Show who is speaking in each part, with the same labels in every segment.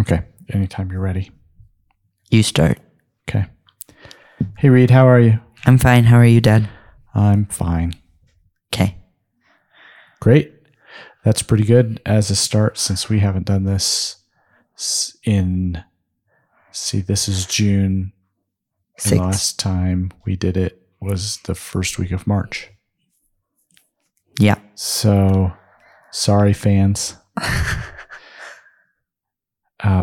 Speaker 1: Okay. Anytime you're ready.
Speaker 2: You start.
Speaker 1: Okay. Hey, Reed, how are you?
Speaker 2: I'm fine. How are you, Dad?
Speaker 1: I'm fine.
Speaker 2: Okay.
Speaker 1: Great. That's pretty good as a start since we haven't done this s- in. See, this is June.
Speaker 2: Six.
Speaker 1: And last time we did it was the first week of March.
Speaker 2: Yeah.
Speaker 1: So sorry, fans. uh,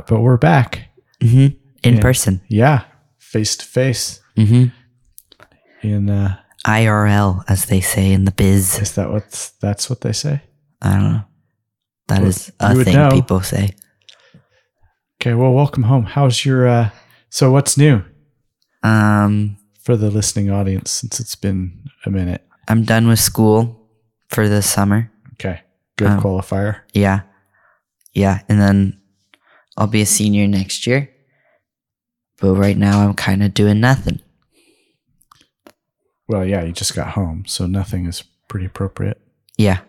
Speaker 1: but we're back.
Speaker 2: Mm-hmm. In
Speaker 1: Yeah.
Speaker 2: person.
Speaker 1: Yeah. Face to face.
Speaker 2: Mm-hmm.
Speaker 1: In, uh,
Speaker 2: IRL, as they say in the biz.
Speaker 1: is that what that's what they say?
Speaker 2: I don't know. That
Speaker 1: Well,
Speaker 2: is
Speaker 1: you
Speaker 2: a
Speaker 1: would
Speaker 2: thing
Speaker 1: know.
Speaker 2: people say.
Speaker 1: Okay, well, welcome home. How's your uh so what's new
Speaker 2: Um,
Speaker 1: for the listening audience since it's been a minute?
Speaker 2: I'm done with school for the summer.
Speaker 1: Okay. Good
Speaker 2: Um,
Speaker 1: qualifier.
Speaker 2: Yeah. Yeah. And then I'll be a senior next year. But right now I'm kind of doing nothing.
Speaker 1: Well, yeah, you just got home, so nothing is pretty appropriate.
Speaker 2: Yeah.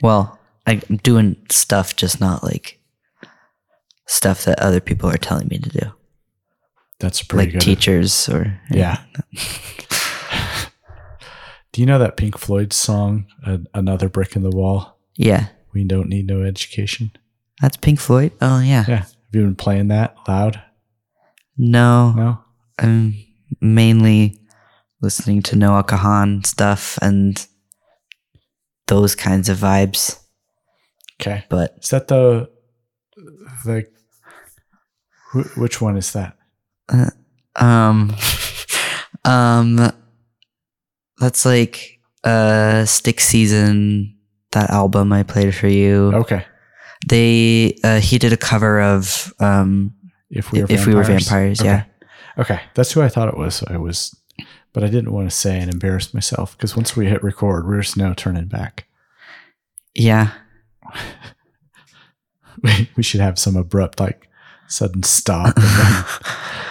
Speaker 2: Well, I- I'm doing stuff, just not like stuff that other people are telling me to do,
Speaker 1: That's pretty
Speaker 2: like
Speaker 1: good.
Speaker 2: teachers or
Speaker 1: Yeah. Do you know that Pink Floyd song, An Another Brick in the Wall?
Speaker 2: Yeah.
Speaker 1: We don't need no education.
Speaker 2: That's Pink Floyd. Oh yeah.
Speaker 1: Yeah. Have you been playing that loud?
Speaker 2: No,
Speaker 1: No?
Speaker 2: I'm mainly listening to Noah Kahan stuff and those kinds of vibes.
Speaker 1: Okay.
Speaker 2: But
Speaker 1: Is that the, the, wh- which one is that?
Speaker 2: um, um, that's like uh, Stick Season. That album I played for you.
Speaker 1: Okay.
Speaker 2: They uh, he did a cover of um
Speaker 1: If we were
Speaker 2: If
Speaker 1: vampires.
Speaker 2: We Were Vampires, yeah.
Speaker 1: Okay. Okay. That's who I thought it was. I was, but I didn't want to say and embarrass myself because once we hit record, we're just no turning back.
Speaker 2: yeah
Speaker 1: we should have some abrupt, like, sudden stop. And then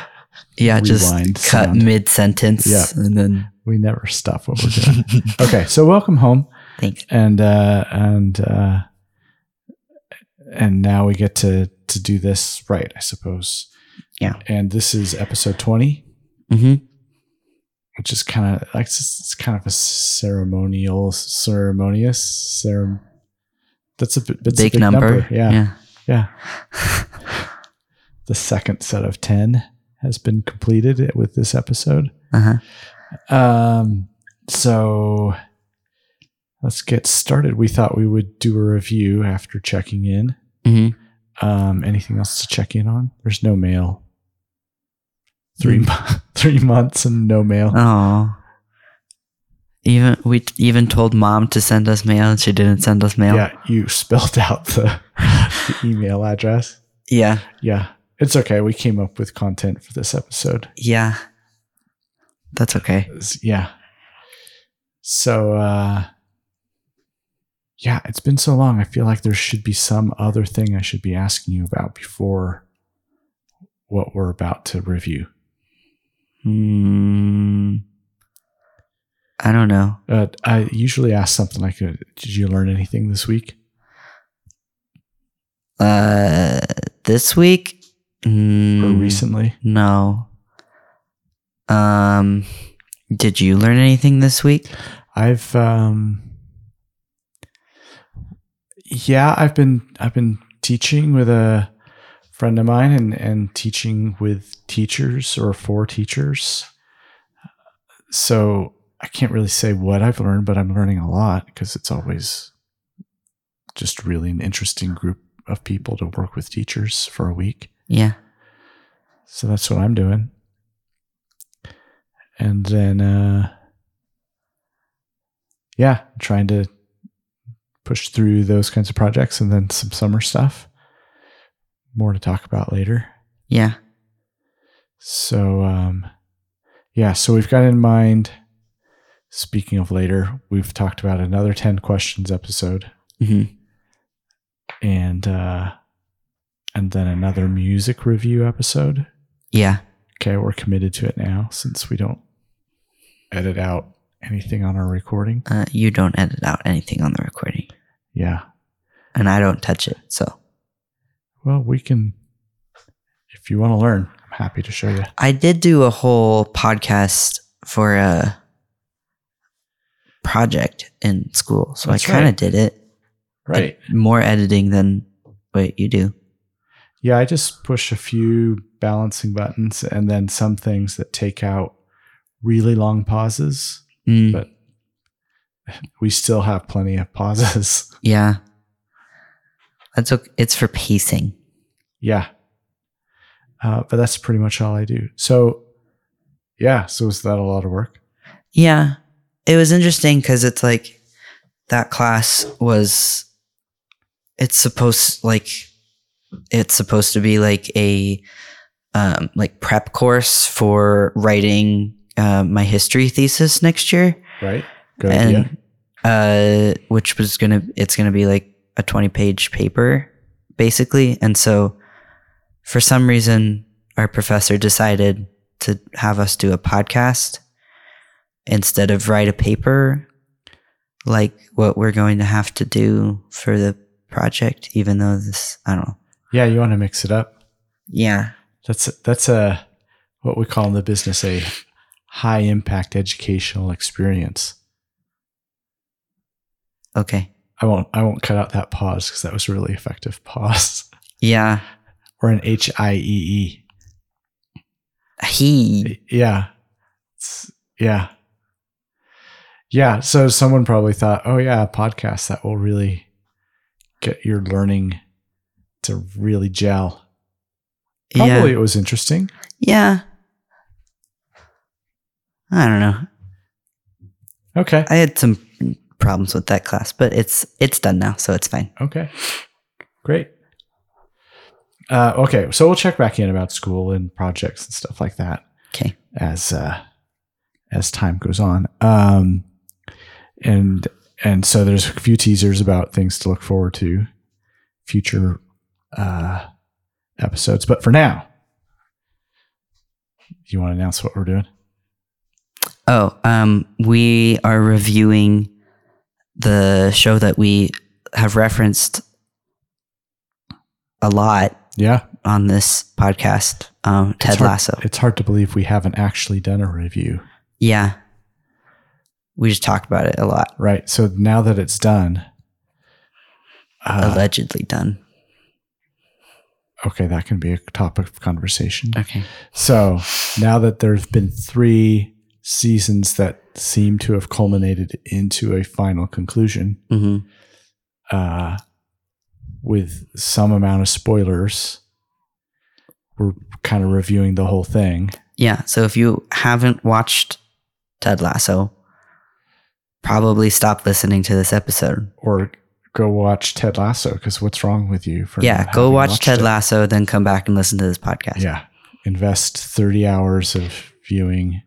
Speaker 2: yeah just
Speaker 1: Rewind
Speaker 2: cut
Speaker 1: sound.
Speaker 2: mid sentence
Speaker 1: Yeah.
Speaker 2: and then
Speaker 1: we never stop what we're doing. okay. So welcome home.
Speaker 2: thanks
Speaker 1: and uh and uh and now we get to to do this right i suppose
Speaker 2: Yeah.
Speaker 1: and this is episode 20
Speaker 2: hmm
Speaker 1: which is kind of like it's, it's kind of a ceremonial ceremonious cerem- that's a bit that's a
Speaker 2: big, number.
Speaker 1: yeah, the second set of 10 has been completed with this episode
Speaker 2: Uh huh.
Speaker 1: um so let's get started we thought we would do a review after checking in
Speaker 2: hmm
Speaker 1: Um, anything else to check in on? There's no mail. Three mo- three months and no mail.
Speaker 2: Hmm. Oh. Even we t- even told mom to send us mail, and she didn't send us mail.
Speaker 1: Yeah, you spelled out the, the email address.
Speaker 2: Yeah.
Speaker 1: Yeah, it's okay. We came up with content for this episode.
Speaker 2: Yeah. That's okay.
Speaker 1: It's- yeah. So, uh, yeah, it's been so long. I feel like there should be some other thing I should be asking you about before what we're about to review.
Speaker 2: Hmm. I don't know.
Speaker 1: Uh, I usually ask something like, uh, "Did you learn anything this week?"
Speaker 2: Uh, this week.
Speaker 1: or
Speaker 2: Mm,
Speaker 1: recently?
Speaker 2: No. Um, did you learn anything this week?
Speaker 1: I've um, yeah, I've been I've been teaching with a friend of mine and and teaching with teachers or for teachers. So I can't really say what I've learned, but I'm learning a lot because it's always just really an interesting group of people to work with teachers for a week.
Speaker 2: Yeah.
Speaker 1: So that's what I'm doing. And then uh yeah, trying to push through those kinds of projects and then some summer stuff. More to talk about later.
Speaker 2: Yeah.
Speaker 1: So um yeah, so we've got in mind speaking of later, we've talked about another 10 questions episode
Speaker 2: hmm
Speaker 1: and uh and then another music review episode.
Speaker 2: Yeah.
Speaker 1: okay, we're committed to it now since we don't edit out anything on our recording.
Speaker 2: Uh, you don't edit out anything on the recording,
Speaker 1: Yeah.
Speaker 2: and I don't touch it. So
Speaker 1: Well, we can if you want to learn, I'm happy to show you.
Speaker 2: I did do a whole podcast for a project in school, so
Speaker 1: That's
Speaker 2: I kind of
Speaker 1: right.
Speaker 2: did it.
Speaker 1: Right.
Speaker 2: More editing than what you do.
Speaker 1: Yeah, I just push a few balancing buttons and then some things that take out really long pauses.
Speaker 2: Mm,
Speaker 1: But- We still have plenty of pauses.
Speaker 2: yeah, that's okay. It's for pacing.
Speaker 1: yeah. Uh, but that's pretty much all I do. So, yeah. So, is that a lot of work?
Speaker 2: Yeah. It was interesting because it's like that class was it's supposed like it's supposed to be like a um, like prep course for writing uh, my history thesis next year
Speaker 1: Right. Good idea.
Speaker 2: and uh, which was gonna it's gonna be like a 20 page paper basically and so for some reason our professor decided to have us do a podcast instead of write a paper like what we're going to have to do for the project even though this i don't know
Speaker 1: Yeah. You want to mix it up?
Speaker 2: yeah
Speaker 1: That's that's a what we call in the business a high impact educational experience.
Speaker 2: okay
Speaker 1: I won't I won't cut out that pause because that was a really effective pause.
Speaker 2: yeah
Speaker 1: Or an H I E
Speaker 2: he
Speaker 1: E. Yeah. It's- yeah. Yeah. So someone probably thought, oh yeah, a podcast that will really get your learning to really gel. Probably
Speaker 2: yeah
Speaker 1: it was interesting.
Speaker 2: yeah i don't know
Speaker 1: Okay.
Speaker 2: I had some problems with that class, but it's it's done now, so it's fine.
Speaker 1: Okay. Great. Uh, okay. So we'll check back in about school and projects and stuff like that.
Speaker 2: Okay.
Speaker 1: as uh, as time goes on. Um, and and so there's a few teasers about things to look forward to, future uh, episodes. But for now, you want to announce what we're doing?
Speaker 2: Oh, um, we are reviewing the show that we have referenced a lot
Speaker 1: Yeah,
Speaker 2: on this podcast, um, Ted
Speaker 1: hard-
Speaker 2: Lasso.
Speaker 1: it's hard to believe we haven't actually done a review,
Speaker 2: Yeah, we just talked about it a lot.
Speaker 1: right? So now that it's done, uh,
Speaker 2: allegedly done.
Speaker 1: okay, that can be a topic of conversation.
Speaker 2: Okay.
Speaker 1: So now that there have been three seasons that seem to have culminated into a final conclusion,
Speaker 2: hmm
Speaker 1: uh, with some amount of spoilers, we're kind of reviewing the whole thing.
Speaker 2: Yeah. So if you haven't watched Ted Lasso, probably stop listening to this episode.
Speaker 1: Or go watch Ted Lasso because what's wrong with you? For
Speaker 2: yeah
Speaker 1: not
Speaker 2: go
Speaker 1: having
Speaker 2: watch
Speaker 1: watched
Speaker 2: ted
Speaker 1: it?
Speaker 2: lasso then come back and listen to this podcast
Speaker 1: Yeah, invest thirty hours of viewing.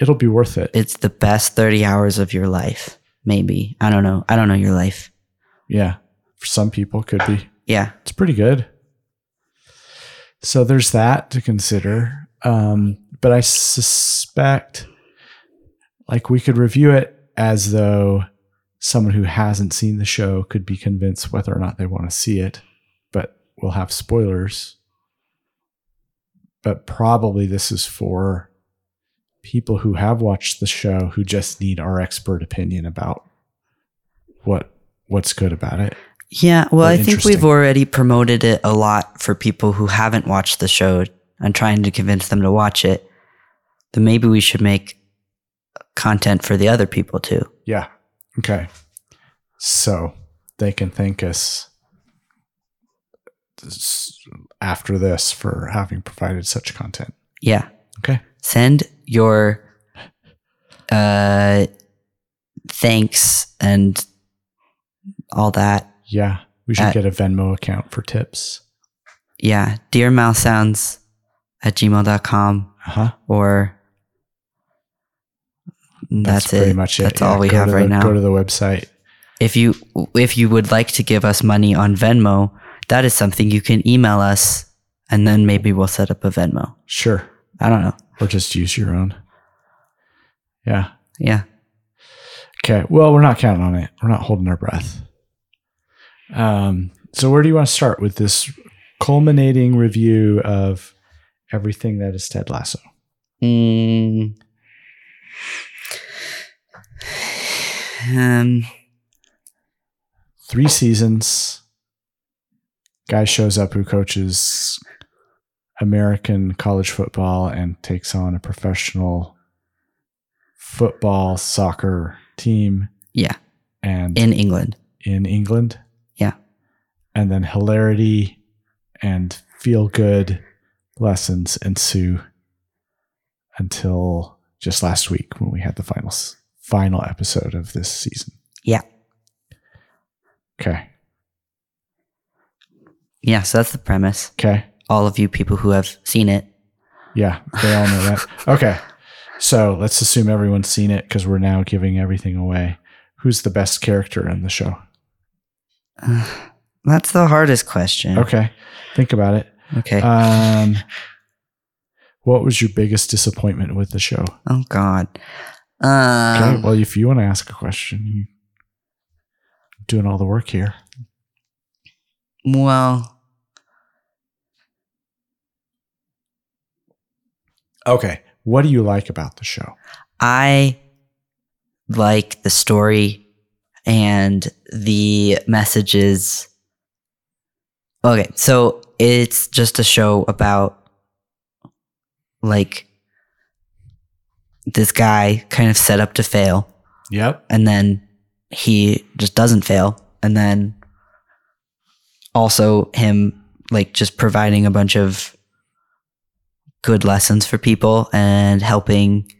Speaker 1: It'll be worth it.
Speaker 2: it's the best 30 hours of your life maybe i don't know i don't know your life
Speaker 1: yeah, for some people, could be.
Speaker 2: yeah
Speaker 1: it's pretty good. So there's that to consider. Um, but I suspect like we could review it as though someone who hasn't seen the show could be convinced whether or not they want to see it, but we'll have spoilers. But probably this is for people who have watched the show who just need our expert opinion about what what's good about it.
Speaker 2: yeah well
Speaker 1: Well,
Speaker 2: i think
Speaker 1: interesting.
Speaker 2: we've already promoted it a lot for people who haven't watched the show and trying to convince them to watch it then maybe we should make content for the other people too
Speaker 1: Yeah. Okay. So they can thank us s- after this for having provided such content.
Speaker 2: yeah
Speaker 1: Okay.
Speaker 2: send your uh thanks and all that
Speaker 1: Yeah. We should
Speaker 2: Uh,
Speaker 1: get a Venmo account for tips.
Speaker 2: yeah, dear mouse sounds at gmail.com
Speaker 1: Uh huh.
Speaker 2: or that's,
Speaker 1: pretty
Speaker 2: it.
Speaker 1: much it.
Speaker 2: That's
Speaker 1: Yeah,
Speaker 2: all we
Speaker 1: go
Speaker 2: have
Speaker 1: to
Speaker 2: right
Speaker 1: the-
Speaker 2: now.
Speaker 1: Go to the website.
Speaker 2: if you if you would like to give us money on Venmo, that is something you can email us and then maybe we'll set up a Venmo.
Speaker 1: Sure.
Speaker 2: I don't know.
Speaker 1: Or just use your own. Yeah.
Speaker 2: Yeah.
Speaker 1: Okay. Well, we're not counting on it. We're not holding our breath. Um, so where do you want to start with this culminating review of everything that is Ted Lasso.
Speaker 2: Mm. Um,
Speaker 1: Three seasons. Guy shows up who coaches American college football and takes on a professional football soccer team.
Speaker 2: Yeah.
Speaker 1: And
Speaker 2: in England.
Speaker 1: in England.
Speaker 2: Yeah.
Speaker 1: And then hilarity and feel good lessons ensue until just last week when we had the final s- final episode of this season.
Speaker 2: Yeah.
Speaker 1: Okay.
Speaker 2: Yeah, so that's the premise.
Speaker 1: Okay.
Speaker 2: All of you people who have seen it.
Speaker 1: Yeah, they all know that. Okay. So, let's assume everyone's seen it cuz we're now giving everything away. Who's the best character in the show?
Speaker 2: That's the hardest question.
Speaker 1: Okay. Think about it.
Speaker 2: Okay.
Speaker 1: Um what was your biggest disappointment with the show?
Speaker 2: oh God.
Speaker 1: Okay,
Speaker 2: Um,
Speaker 1: well, if you want to ask a question, you doing all the work here.
Speaker 2: well,
Speaker 1: Okay. What do you like about the show?
Speaker 2: I like the story and the messages. Okay, so it's just a show about like this guy kind of set up to fail.
Speaker 1: Yep.
Speaker 2: and then he just doesn't fail and then also him like just providing a bunch of good lessons for people and helping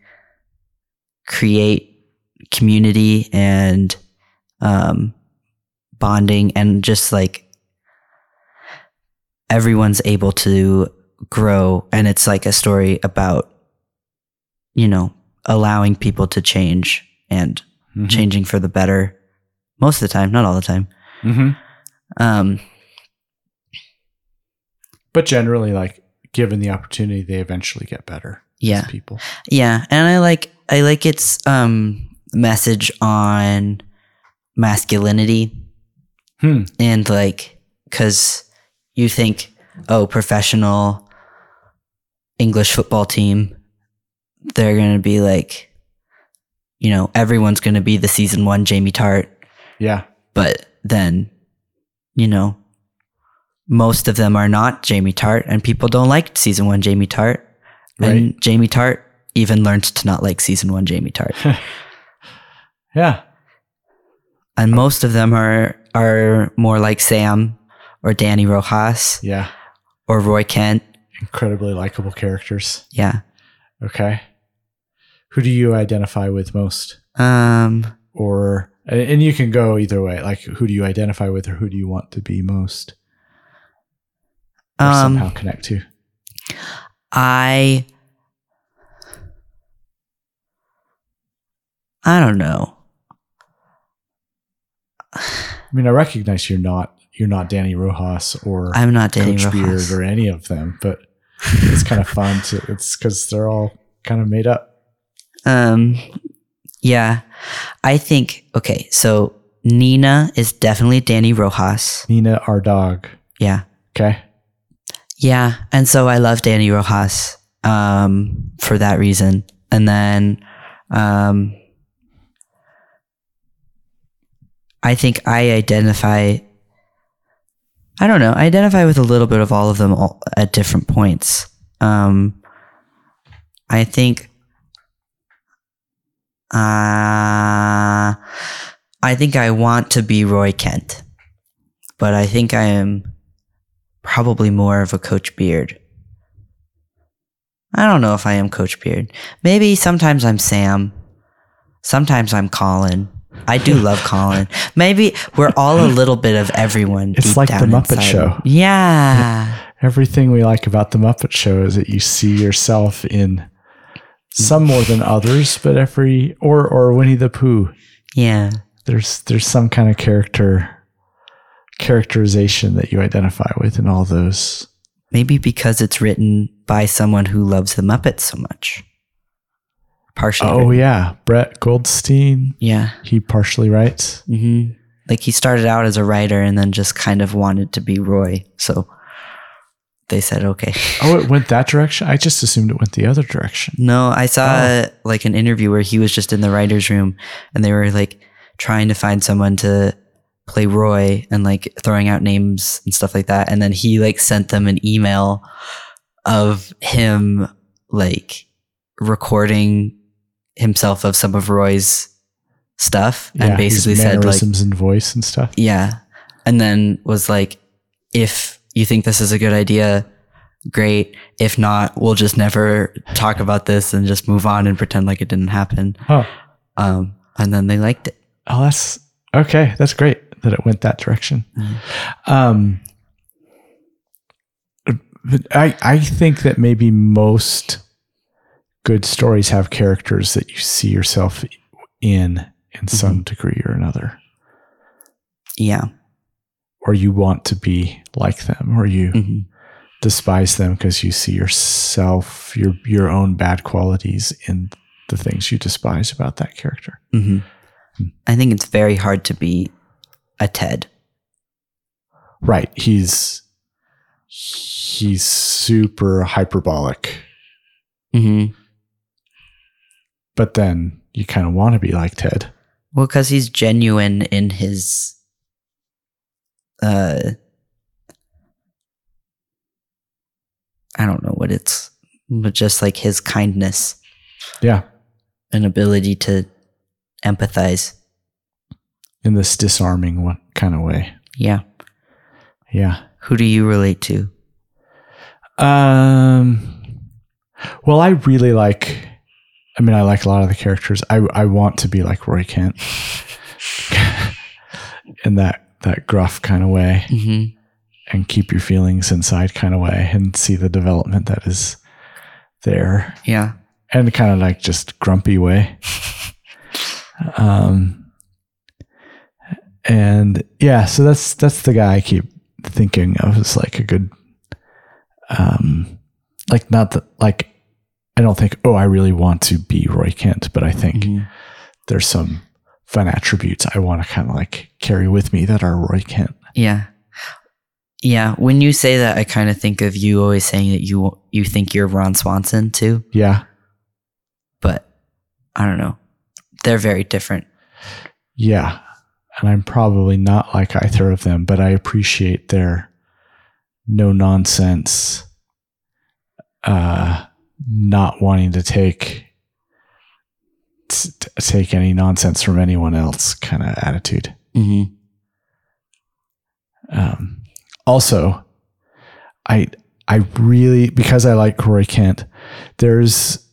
Speaker 2: create community and um bonding and just like everyone's able to grow and it's like a story about you know allowing people to change and
Speaker 1: Mm-hmm.
Speaker 2: Mm-hmm. changing for the better most of the time, not all the time.
Speaker 1: Mm-hmm.
Speaker 2: Um,
Speaker 1: But generally, like, given the opportunity, they eventually get better. as
Speaker 2: yeah.
Speaker 1: People.
Speaker 2: Yeah, and I like I like its um message on masculinity
Speaker 1: Hmm.
Speaker 2: and like cuz you think oh professional English football team they're going to be like you know everyone's going to be the season 1 Jamie Tart
Speaker 1: Yeah.
Speaker 2: but then you know most of them are not Jamie Tart and people don't like season 1 Jamie Tart and Jamie Tart even learned to not like season 1 Jamie Tart
Speaker 1: Yeah.
Speaker 2: and most of them are are more like Sam or Danny Rojas
Speaker 1: Yeah.
Speaker 2: or Roy Kent
Speaker 1: Incredibly likable characters.
Speaker 2: yeah
Speaker 1: Okay. Who do you identify with most?
Speaker 2: um
Speaker 1: Or, and- and you can go either way. Like, who do you identify with or who do you want to be most? Or somehow
Speaker 2: um
Speaker 1: connect to?
Speaker 2: I I don't know
Speaker 1: I mean, I recognize you're not you're not Danny Rojas or
Speaker 2: I'm not Danny
Speaker 1: Coach
Speaker 2: Rojas
Speaker 1: Beard or any of them, but it's kind of fun to. It's because they're all kind of made up.
Speaker 2: Um, yeah, I think okay. So Nina is definitely Danny Rojas.
Speaker 1: Nina, our dog.
Speaker 2: Yeah,
Speaker 1: Okay.
Speaker 2: yeah, and so I love Danny Rojas. Um, for that reason, and then, um, I think I identify. I don't know. I identify with a little bit of all of them all at different points. Um, I think. Uh, I think I want to be Roy Kent, but I think I am probably more of a Coach Beard. I don't know if I am Coach Beard. Maybe sometimes I'm Sam. Sometimes I'm Colin. I do love Colin. Maybe we're all a little bit of everyone.
Speaker 1: It's
Speaker 2: deep
Speaker 1: like the
Speaker 2: down
Speaker 1: Muppet
Speaker 2: inside.
Speaker 1: Show.
Speaker 2: Yeah.
Speaker 1: Everything we like about the Muppet Show is that you see yourself in some more than others, but every or or Winnie the Pooh.
Speaker 2: Yeah.
Speaker 1: There's there's some kind of character characterization that you identify with in all those.
Speaker 2: Maybe because it's written by someone who loves the Muppets so much. Partially.
Speaker 1: Oh
Speaker 2: written.
Speaker 1: yeah, Brett Goldstein.
Speaker 2: yeah.
Speaker 1: He partially writes.
Speaker 2: hmm Like he started out as a writer and then just kind of wanted to be Roy. So they said okay.
Speaker 1: Oh, it went that direction. I just assumed it went the other direction.
Speaker 2: No, I saw like an interview where he was just in the writer's room and they were like trying to find someone to play Roy and like throwing out names and stuff like that. And then he like sent them an email of him like recording himself of some of Roy's stuff and
Speaker 1: his
Speaker 2: basically said like,
Speaker 1: mannerisms and voice and stuff.
Speaker 2: yeah. And then was like, if you think this is a good idea, great. If not, we'll just never talk about this and just move on and pretend like it didn't happen.
Speaker 1: Oh,
Speaker 2: Um, and then they liked it.
Speaker 1: oh, that's okay. That's great that it went that direction. Um, but I I think that maybe most good stories have characters that you see yourself in in some degree or another,
Speaker 2: Yeah.
Speaker 1: or you want to be like them, or you
Speaker 2: Mhm.
Speaker 1: despise them because you see yourself your your own bad qualities in the things you despise about that character.
Speaker 2: Mhm. I think it's very hard to be a Ted.
Speaker 1: Right. He's he's super hyperbolic,
Speaker 2: Mm-hmm.
Speaker 1: but then you kind of want to be like Ted.
Speaker 2: Well, because he's genuine in his, uh, I don't know what it's, but just like his kindness
Speaker 1: Yeah.
Speaker 2: and ability to empathize.
Speaker 1: In this disarming one kind of way.
Speaker 2: Yeah.
Speaker 1: Yeah.
Speaker 2: Who do you relate to?
Speaker 1: Um well I really like I mean I like a lot of the characters. I I want to be like Roy Kent. in that that gruff kind of way.
Speaker 2: Mm-hmm.
Speaker 1: and keep your feelings inside kind of way and see the development that is there
Speaker 2: Yeah.
Speaker 1: and kind of like just grumpy way um and yeah so that's that's the guy i keep thinking of as like a good um like not that like i don't think oh i really want to be roy kent but i think
Speaker 2: Mhm.
Speaker 1: there's some fun attributes i want to kind of like carry with me that are roy kent
Speaker 2: Yeah. Yeah. When you say that, I kind of think of you always saying that you you think you're Ron Swanson too,
Speaker 1: yeah
Speaker 2: but I don't know. They're very different.
Speaker 1: Yeah. And I'm probably not like either of them, but I appreciate their no nonsense, uh, not wanting to take t- t- take any nonsense from anyone else kind of attitude.
Speaker 2: Mm-hmm.
Speaker 1: Um, also, I I really because I like Roy Kent. There's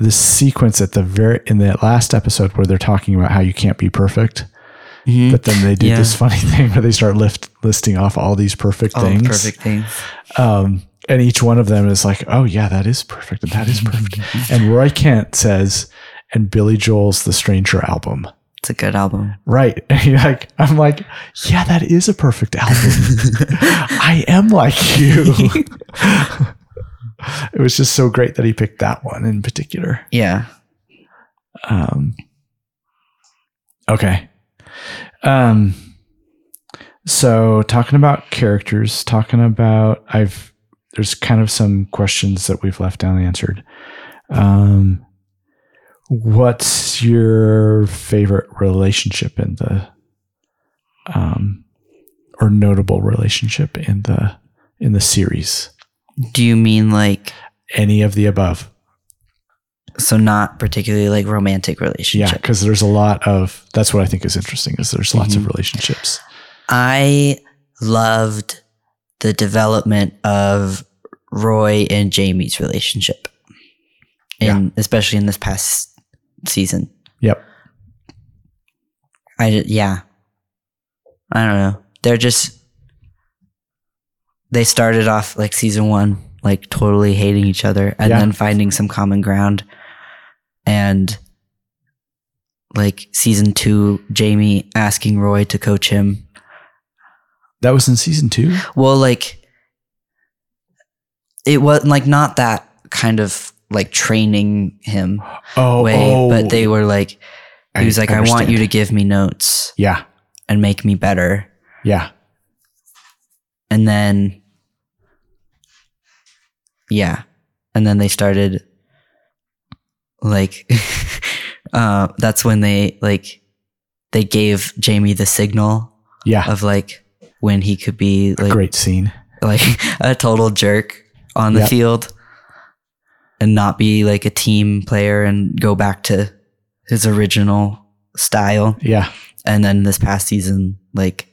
Speaker 1: this sequence at the very in the last episode where they're talking about how you can't be perfect.
Speaker 2: Mm-hmm.
Speaker 1: But then they do
Speaker 2: Yeah.
Speaker 1: this funny thing where they start lift, listing off all these perfect
Speaker 2: Oh,
Speaker 1: things.
Speaker 2: perfect things.
Speaker 1: Um, and each one of them is like, oh, yeah, that is perfect. And that is perfect. and Roy Kent says, and Billy Joel's The Stranger album.
Speaker 2: It's a good album.
Speaker 1: Right. And you're like, I'm like, yeah, that is a perfect album. I am like you. it was just so great that he picked that one in particular.
Speaker 2: yeah.
Speaker 1: Um, okay. Um, so talking about characters, talking about I've there's kind of some questions that we've left unanswered. Um, what's your favorite relationship in the um or notable relationship in the in the series?
Speaker 2: Do you mean like
Speaker 1: Any of the above?
Speaker 2: so not particularly like romantic
Speaker 1: Yeah,
Speaker 2: relationship?
Speaker 1: because there's a lot of that's what I think is interesting is there's lots of relationships.
Speaker 2: I loved the development of Roy and Jamie's relationship. And especially in this past season.
Speaker 1: Yep.
Speaker 2: I ju- yeah. I don't know. They're just they started off like season 1 like totally hating each other and
Speaker 1: Yeah.
Speaker 2: then finding some common ground and like season 2 Jamie asking Roy to coach him.
Speaker 1: That was in season two.
Speaker 2: Well, like it was like not that kind of like training him
Speaker 1: Oh,
Speaker 2: way, but they were like he was like I want you to give me notes
Speaker 1: Yeah,
Speaker 2: and make me better.
Speaker 1: yeah,
Speaker 2: and then Yeah. And then they started like uh that's when they like they gave Jamie the signal
Speaker 1: Yeah.
Speaker 2: of like when he could be like
Speaker 1: Great scene.
Speaker 2: like a total jerk on the
Speaker 1: Yep.
Speaker 2: field and not be like a team player and go back to his original style.
Speaker 1: Yeah.
Speaker 2: And then this past season, like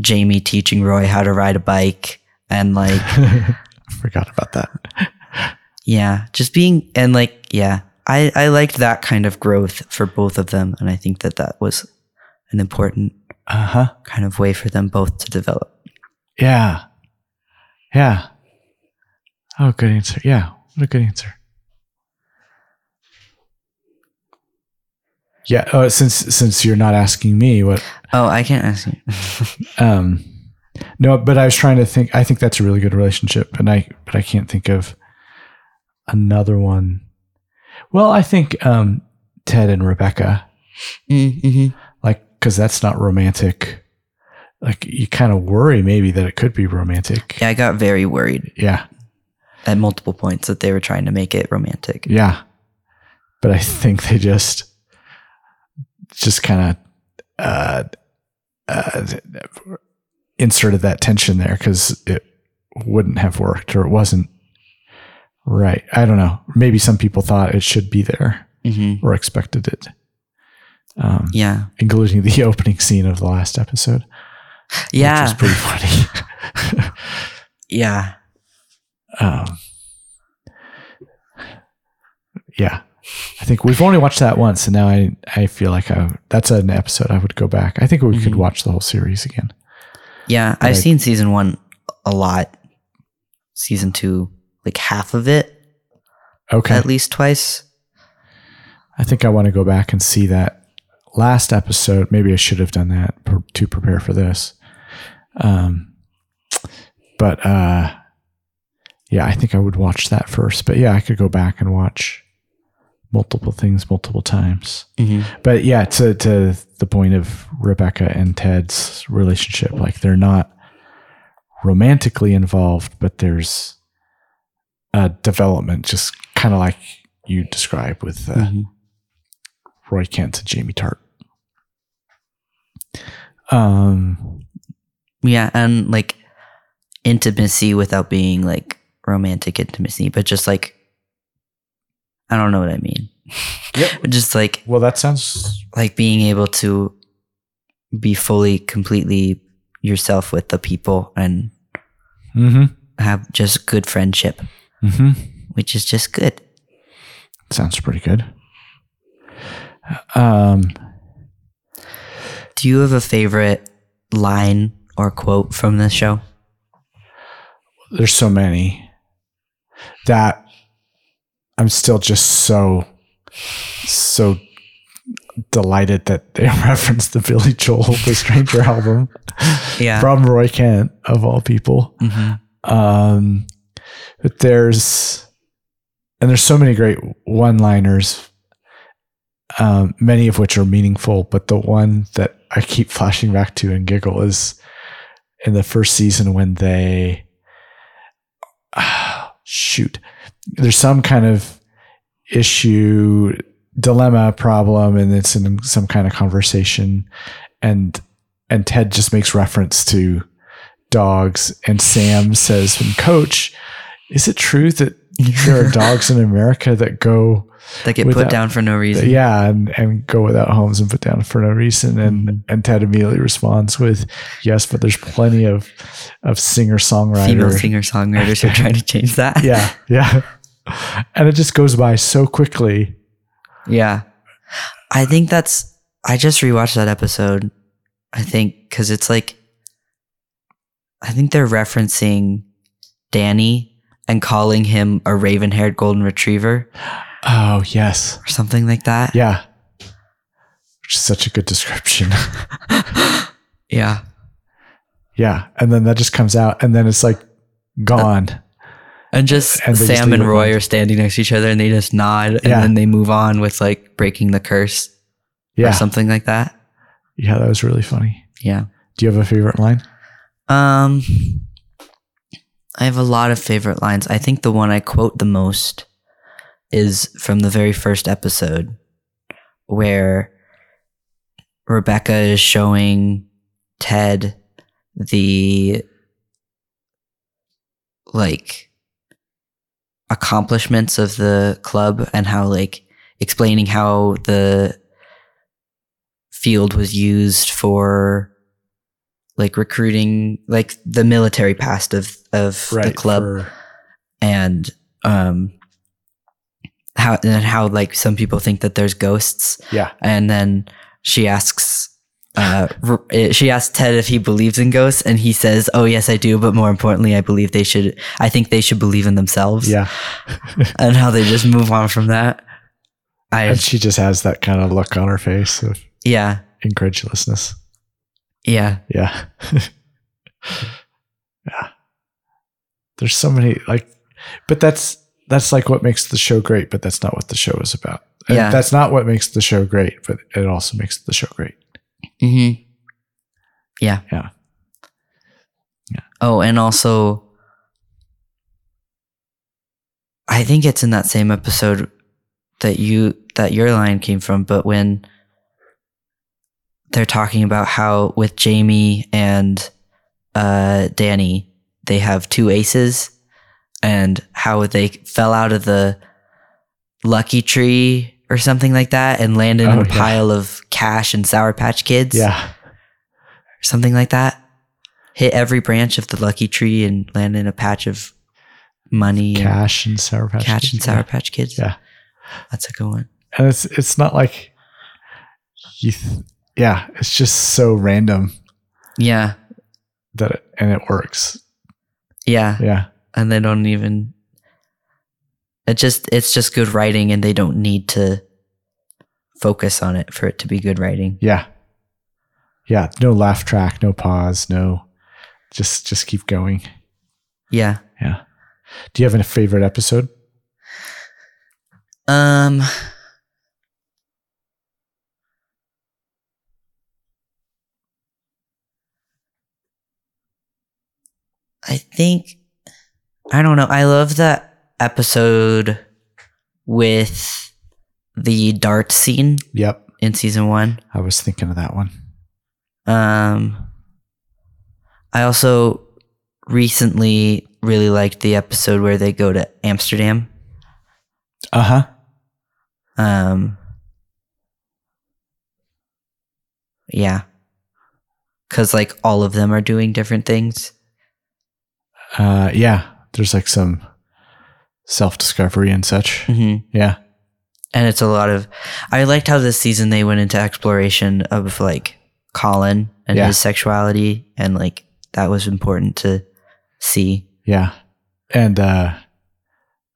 Speaker 2: Jamie teaching Roy how to ride a bike and like
Speaker 1: I forgot about that.
Speaker 2: Yeah, just being and like yeah, I I liked that kind of growth for both of them, and I think that that was an important
Speaker 1: Uh huh.
Speaker 2: kind of way for them both to develop.
Speaker 1: Yeah. Yeah. Oh, good answer. Yeah. What a good answer. Yeah. Oh, since since you're not asking me what
Speaker 2: Oh, I can't ask you.
Speaker 1: Um, no, but I was trying to think. I think that's a really good relationship, and I but I can't think of another one. Well, I think um, Ted and Rebecca,
Speaker 2: mm-hmm.
Speaker 1: like, because that's not romantic. Like, you kind of worry maybe that it could be romantic.
Speaker 2: Yeah, I got very worried
Speaker 1: yeah,
Speaker 2: at multiple points that they were trying to make it romantic.
Speaker 1: yeah. But I think they just just kind of uh, uh, inserted that tension there because it wouldn't have worked or it wasn't right. I don't know. Maybe some people thought it should be there
Speaker 2: hmm
Speaker 1: or expected it, um,
Speaker 2: Yeah,
Speaker 1: including the opening scene of the last episode.
Speaker 2: yeah,
Speaker 1: which was pretty funny.
Speaker 2: yeah.
Speaker 1: um, yeah, I think we've only watched that once, and now I I feel like I that's an episode I would go back. I think we could
Speaker 2: Mhm.
Speaker 1: watch the whole series again.
Speaker 2: Yeah,
Speaker 1: Like-
Speaker 2: I've seen season one a lot. Season two, like half of it,
Speaker 1: Okay,
Speaker 2: at least twice.
Speaker 1: I think I want to go back and see that last episode. Maybe I should have done that per, to prepare for this. Um, but uh, yeah, I think I would watch that first. But yeah, I could go back and watch multiple things multiple times.
Speaker 2: Mm-hmm.
Speaker 1: But yeah, to to the point of Rebecca and Ted's relationship, like they're not romantically involved, but there's a development, just kind of like you describe with uh,
Speaker 2: Mm-hmm.
Speaker 1: Roy Kent and Jamie Tart. Um,
Speaker 2: Yeah, and like intimacy without being like romantic intimacy, but just like I don't know what I mean.
Speaker 1: Yep.
Speaker 2: But just like
Speaker 1: well, that sounds
Speaker 2: like being able to be fully completely yourself with the people and
Speaker 1: mm-hmm,
Speaker 2: have just good friendship,
Speaker 1: mm-hmm.
Speaker 2: which is just good.
Speaker 1: sounds pretty good. Um,
Speaker 2: Do you have a favorite line or quote from this show?
Speaker 1: there's so many that I'm still just so so delighted that they referenced the Billy Joel The Stranger album
Speaker 2: Yeah.
Speaker 1: from Roy Kent of all people.
Speaker 2: hmm
Speaker 1: Um, but there's and there's so many great one-liners, um, many of which are meaningful. But the one that I keep flashing back to and giggle is in the first season when they Ah, shoot. There's some kind of issue, dilemma, problem, and it's in some kind of conversation, and and Ted just makes reference to dogs and Sam says, "When coach, is it true that there are dogs in America that go
Speaker 2: that get
Speaker 1: without-
Speaker 2: put down for no reason.
Speaker 1: yeah, and, and go without homes and put down for no reason. And
Speaker 2: Mhm.
Speaker 1: and Ted immediately responds with, "Yes, but there's plenty of of singer
Speaker 2: Female
Speaker 1: songwriters.
Speaker 2: singer songwriters are trying to change that.
Speaker 1: Yeah, yeah." And it just goes by so quickly.
Speaker 2: Yeah. I think that's I just rewatched that episode. I think cuz it's like I think they're referencing Danny and calling him a raven-haired golden retriever
Speaker 1: Oh yes,
Speaker 2: or something like that.
Speaker 1: yeah. Which is such a good description.
Speaker 2: Yeah.
Speaker 1: yeah, and then that just comes out, and then it's like gone.
Speaker 2: And just
Speaker 1: And they just
Speaker 2: Sam
Speaker 1: leave
Speaker 2: and
Speaker 1: it
Speaker 2: Roy
Speaker 1: blank.
Speaker 2: are standing next to each other and they just nod and
Speaker 1: Yeah.
Speaker 2: then they move on with like breaking the curse or
Speaker 1: yeah,
Speaker 2: something like that.
Speaker 1: yeah, that was really funny.
Speaker 2: Yeah.
Speaker 1: Do you have a favorite line?
Speaker 2: Um, I have a lot of favorite lines. I think the one I quote the most is from the very first episode where Rebecca is showing Ted the like accomplishments of the club and how like explaining how the field was used for like recruiting like the military past of of the club
Speaker 1: for-
Speaker 2: and um how and how like some people think that there's ghosts
Speaker 1: yeah.
Speaker 2: and then she asks uh r- eh, she asks Ted if he believes in ghosts and he says oh yes I do but more importantly I believe they should I think they should believe in themselves
Speaker 1: Yeah.
Speaker 2: and how they just move on from that I
Speaker 1: And she just has that kind of look on her face of
Speaker 2: yeah
Speaker 1: incredulousness.
Speaker 2: yeah
Speaker 1: Yeah. yeah. There's so many like but that's that's like what makes the show great, but that's not what the show is about. And
Speaker 2: Yeah.
Speaker 1: That's not what makes the show great, but it also makes the show great.
Speaker 2: hmm Yeah.
Speaker 1: Yeah. Yeah.
Speaker 2: Oh, and also, I think it's in that same episode that you that your line came from, but when they're talking about how with Jamie and uh, Danny, they have two aces, and how they fell out of the lucky tree or something like that, and landed in
Speaker 1: Oh,
Speaker 2: a
Speaker 1: yeah.
Speaker 2: pile of cash and Sour Patch Kids
Speaker 1: Yeah.
Speaker 2: or something like that. Hit every branch of the lucky tree and land in a patch of money, and
Speaker 1: Cash and sour patch.
Speaker 2: cash, and
Speaker 1: Kids.
Speaker 2: sour patch kids.
Speaker 1: Yeah.
Speaker 2: that's a good one.
Speaker 1: and it's it's not like you th- yeah it's just so random
Speaker 2: Yeah,
Speaker 1: that it, and it works
Speaker 2: yeah,
Speaker 1: yeah
Speaker 2: and they don't even. It just it's just good writing, and they don't need to focus on it for it to be good writing.
Speaker 1: yeah yeah no laugh track no pause no just just keep going
Speaker 2: Yeah.
Speaker 1: yeah do you have a favorite episode
Speaker 2: Um. I think I don't know. I love that episode with the dart scene
Speaker 1: yep
Speaker 2: in season 1.
Speaker 1: i was thinking of that one
Speaker 2: Um I also recently really liked the episode where they go to Amsterdam.
Speaker 1: uh-huh
Speaker 2: Um, yeah. Cause like all of them are doing different things.
Speaker 1: uh yeah there's like some self-discovery and such
Speaker 2: hmm
Speaker 1: yeah
Speaker 2: And it's a lot of, I liked how this season they went into exploration of like Colin and
Speaker 1: Yeah.
Speaker 2: his sexuality. And like that was important to see
Speaker 1: yeah and uh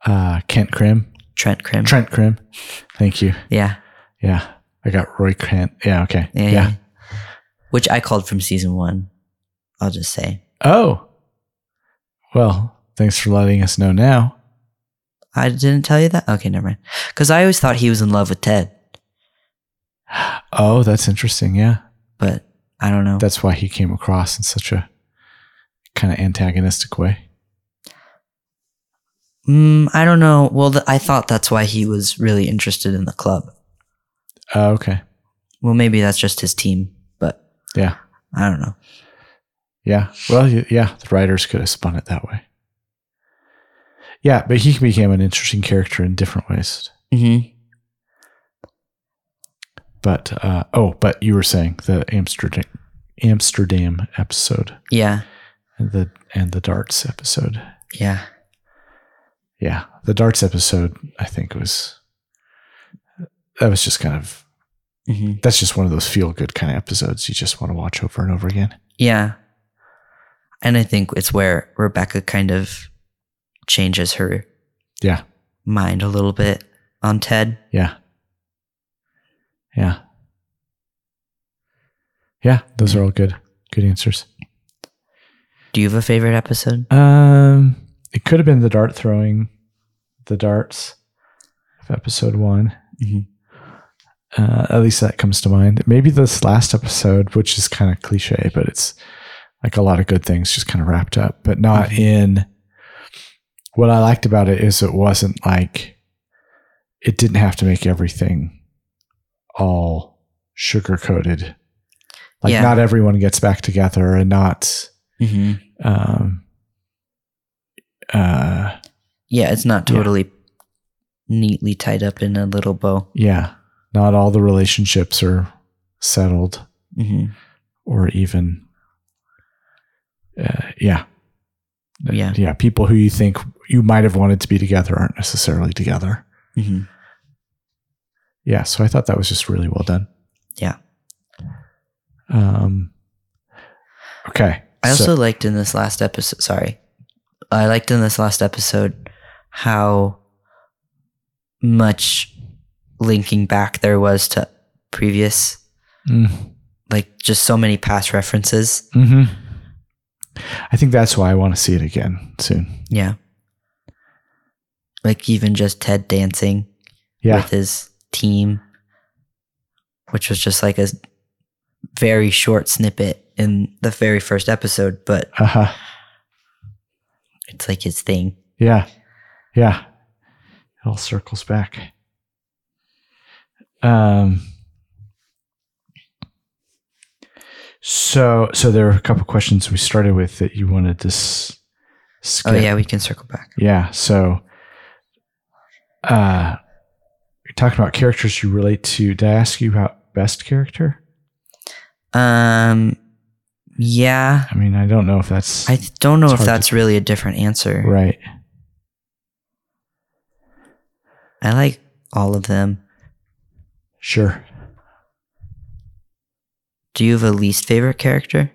Speaker 1: uh kent crim
Speaker 2: Trent Krim.
Speaker 1: trent crim thank you
Speaker 2: Yeah.
Speaker 1: Yeah. I got Roy Kent. Yeah. Okay.
Speaker 2: yeah. Yeah. Which I called from season one. I'll just say.
Speaker 1: Oh. Well, thanks for letting us know now.
Speaker 2: I didn't tell you that? Okay, never mind. Because I always thought he was in love with Ted,
Speaker 1: Oh, that's interesting. Yeah.
Speaker 2: but I don't know.
Speaker 1: That's why he came across in such a kind of antagonistic way.
Speaker 2: Mm, I don't know. Well, th- I thought that's why he was really interested in the club.
Speaker 1: Oh, okay.
Speaker 2: Well, maybe that's just his team, but
Speaker 1: Yeah.
Speaker 2: I don't know.
Speaker 1: Yeah. Well, y- yeah. The writers could have spun it that way. Yeah. But he became an interesting character in different ways.
Speaker 2: Mm-hmm.
Speaker 1: But, uh, oh, but you were saying the Amsterdam, Amsterdam episode
Speaker 2: Yeah,
Speaker 1: and the, and the darts episode.
Speaker 2: yeah,
Speaker 1: yeah the darts episode i think was that was just kind of
Speaker 2: hmm
Speaker 1: that's just one of those feel good kind of episodes you just want to watch over and over again
Speaker 2: yeah. And I think it's where Rebecca kind of changes her
Speaker 1: Yeah.
Speaker 2: mind a little bit on Ted.
Speaker 1: yeah yeah yeah those are all good good answers
Speaker 2: Do you have a favorite episode?
Speaker 1: um it could have been the dart throwing the darts of episode one
Speaker 2: Mhm.
Speaker 1: Mm-hmm. uh, at least that comes to mind maybe this last episode which is kind of cliche but it's like a lot of good things just kind of wrapped up but not in what I liked about it is it wasn't like it didn't have to make everything all sugar coated. Like
Speaker 2: Yeah.
Speaker 1: not everyone gets back together and not
Speaker 2: hmm
Speaker 1: um uh
Speaker 2: Yeah, it's not
Speaker 1: Yeah.
Speaker 2: totally neatly tied up in a little bow.
Speaker 1: yeah, not all the relationships are settled
Speaker 2: hmm
Speaker 1: or even uh, yeah. Uh,
Speaker 2: Yeah.
Speaker 1: Yeah, people who you think you might have wanted to be together aren't necessarily together.
Speaker 2: hmm
Speaker 1: yeah, so I thought that was just really well done.
Speaker 2: Yeah.
Speaker 1: Um. Okay.
Speaker 2: I
Speaker 1: so-
Speaker 2: also liked in this last episode. Sorry, I liked in this last episode how much linking back there was to previous,
Speaker 1: Mm,
Speaker 2: like just so many past references.
Speaker 1: mhm. I think that's why I want to see it again soon.
Speaker 2: Yeah, like even just Ted dancing
Speaker 1: Yeah.
Speaker 2: with his team, which was just like a very short snippet in the very first episode, but
Speaker 1: Uh huh.
Speaker 2: it's like his thing.
Speaker 1: Yeah. Yeah. It all circles back. Um. So, so there are a couple questions we started with that you wanted to s- skip.
Speaker 2: Oh yeah, we can circle back.
Speaker 1: Yeah. So, uh, you're talking about characters you relate to. Did I ask you about best character?
Speaker 2: Um, yeah.
Speaker 1: I mean, I don't know if that's
Speaker 2: I don't know
Speaker 1: It's
Speaker 2: if
Speaker 1: hard to-
Speaker 2: that's really a different answer.
Speaker 1: right.
Speaker 2: I like all of them.
Speaker 1: Sure.
Speaker 2: Do you have a least favorite character?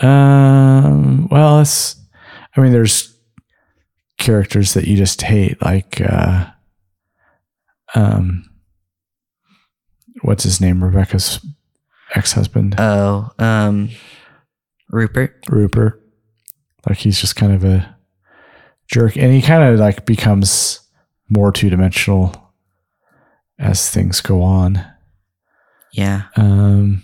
Speaker 1: Um, well, it's, I mean, there's characters that you just hate, like, uh, um, what's his name? Rebecca's ex husband,
Speaker 2: Oh, um, Rupert.
Speaker 1: Rupert. Like, he's just kind of a jerk. And he kind of like becomes more two dimensional as things go on.
Speaker 2: Yeah.
Speaker 1: Um,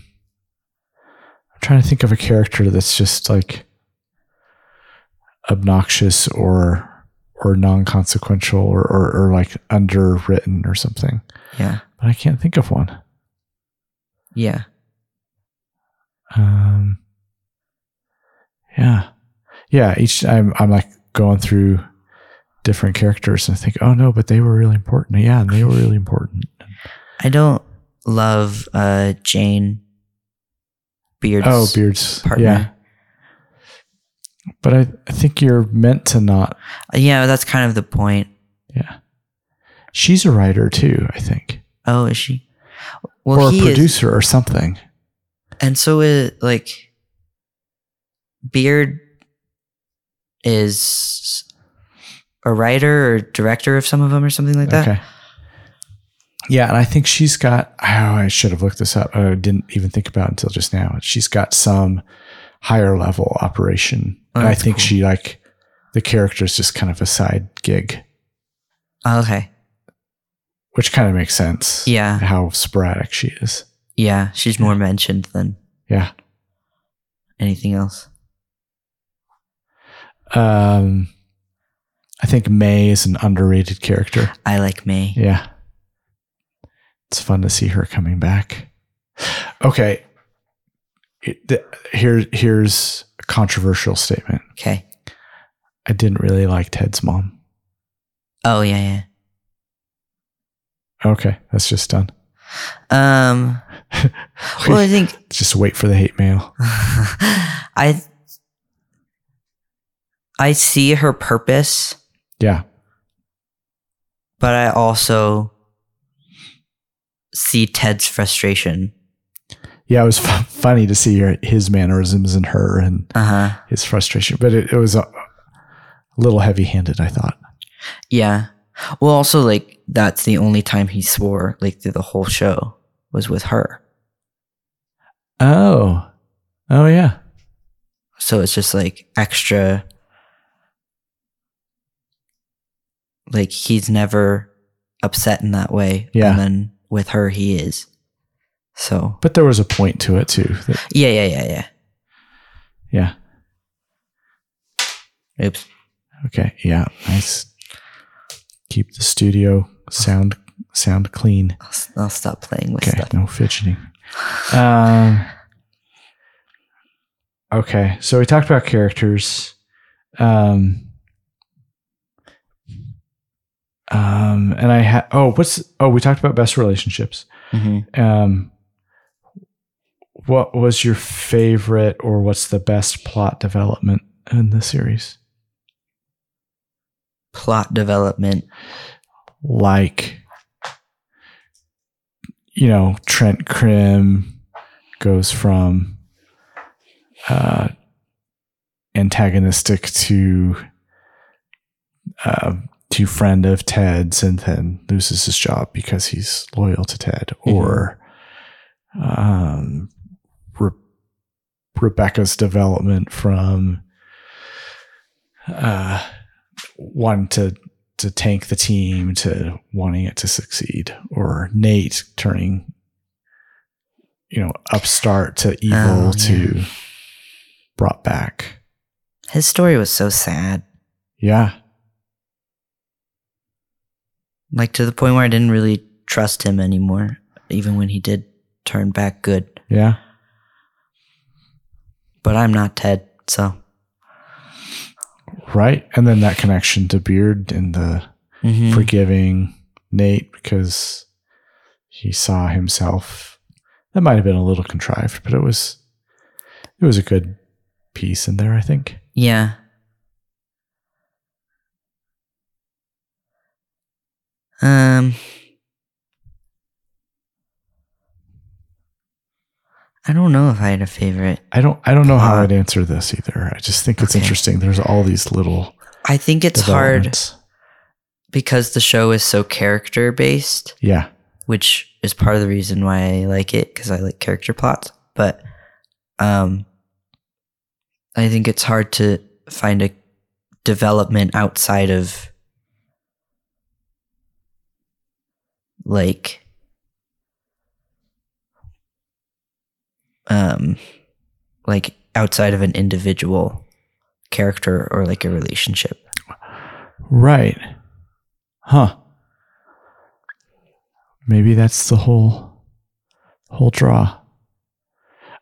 Speaker 1: I'm trying to think of a character that's just like obnoxious or or non-consequential or, or, or like underwritten or something,
Speaker 2: Yeah.
Speaker 1: but I can't think of one.
Speaker 2: Yeah.
Speaker 1: Um, yeah, yeah. Each time I'm like going through different characters and I think, oh no, but they were really important. Yeah, and they were really important.
Speaker 2: I don't love uh Jane Beard's
Speaker 1: Oh, beards.
Speaker 2: partner.
Speaker 1: Yeah, but I, I think you're meant to not
Speaker 2: Uh, Yeah, that's kind of the point.
Speaker 1: Yeah. She's a writer too, I think.
Speaker 2: Oh, is she? Well,
Speaker 1: or a
Speaker 2: he is,
Speaker 1: producer or something.
Speaker 2: and so is like Beard is a writer or director of some of them or something like that.
Speaker 1: Okay. Yeah, and I think she's got oh, I should have looked this up. I didn't even think about it until just now. She's got some higher level operation.
Speaker 2: Oh,
Speaker 1: and I
Speaker 2: that's
Speaker 1: think
Speaker 2: cool.
Speaker 1: she like the character is just kind of a side gig,
Speaker 2: Oh, Okay.
Speaker 1: which kind of makes sense.
Speaker 2: Yeah.
Speaker 1: How sporadic she is.
Speaker 2: Yeah. She's more mentioned than
Speaker 1: Yeah.
Speaker 2: anything else.
Speaker 1: Um I think May is an underrated character.
Speaker 2: I like May.
Speaker 1: Yeah. It's fun to see her coming back. Okay. It- th- Here, here's a controversial statement.
Speaker 2: Okay.
Speaker 1: I didn't really like Ted's mom.
Speaker 2: Oh yeah,
Speaker 1: Okay. That's just done.
Speaker 2: yeah. Um well I think
Speaker 1: just wait for the hate mail.
Speaker 2: I I see her purpose,
Speaker 1: Yeah.
Speaker 2: but I also see Ted's frustration.
Speaker 1: Yeah. It was fu- funny to see her, his mannerisms and her and
Speaker 2: Uh-huh.
Speaker 1: his frustration, but it, it was a, a little heavy handed, I thought.
Speaker 2: Yeah. Well also like that's the only time he swore like through the whole show was with her.
Speaker 1: Oh. Oh, yeah.
Speaker 2: So it's just like extra. Like he's never upset in that way.
Speaker 1: Yeah.
Speaker 2: And then with her, he is. So
Speaker 1: But there was a point to it, too. that-
Speaker 2: yeah, yeah, yeah,
Speaker 1: yeah.
Speaker 2: yeah. Oops.
Speaker 1: Okay. Yeah. Nice. Keep the studio sound sound clean.
Speaker 2: I'll, s- I'll stop playing with
Speaker 1: Okay.
Speaker 2: stuff.
Speaker 1: No fidgeting. Um, okay. So we talked about characters. Um, um, and I had, oh, what's, oh, we talked about best relationships.
Speaker 2: hmm
Speaker 1: Um, what was your favorite or what's the best plot development in the series?
Speaker 2: Plot development.
Speaker 1: like you know Trent Krim goes from uh, antagonistic to uh, to friend of Ted's and then loses his job because he's loyal to Ted or um, Re- Rebecca's development from uh, wanting to to tank the team to wanting it to succeed or Nate turning you know upstart to evil
Speaker 2: Oh,
Speaker 1: to brought back
Speaker 2: His story was so sad,
Speaker 1: yeah
Speaker 2: like to the point where I didn't really trust him anymore, even when he did turn back good.
Speaker 1: yeah
Speaker 2: But I'm not Ted, so
Speaker 1: right and then that connection to beard and the Mm-hmm.
Speaker 2: Mhm.
Speaker 1: forgiving Nate because he saw himself that might have been a little contrived but it was it was a good piece in there I think
Speaker 2: yeah. Um, I don't know if I had a favorite.
Speaker 1: I don't I don't know how
Speaker 2: Plot.
Speaker 1: I'd answer this either I just think it's
Speaker 2: Okay.
Speaker 1: interesting there's all these little
Speaker 2: I think it's hard
Speaker 1: developments.
Speaker 2: because the show is so character based.
Speaker 1: Yeah.
Speaker 2: which is part of the reason why I like it because I like character plots. But um, I think it's hard to find a development outside of like um like outside of an individual character or like a relationship.
Speaker 1: Right. Huh. Maybe that's the whole whole draw.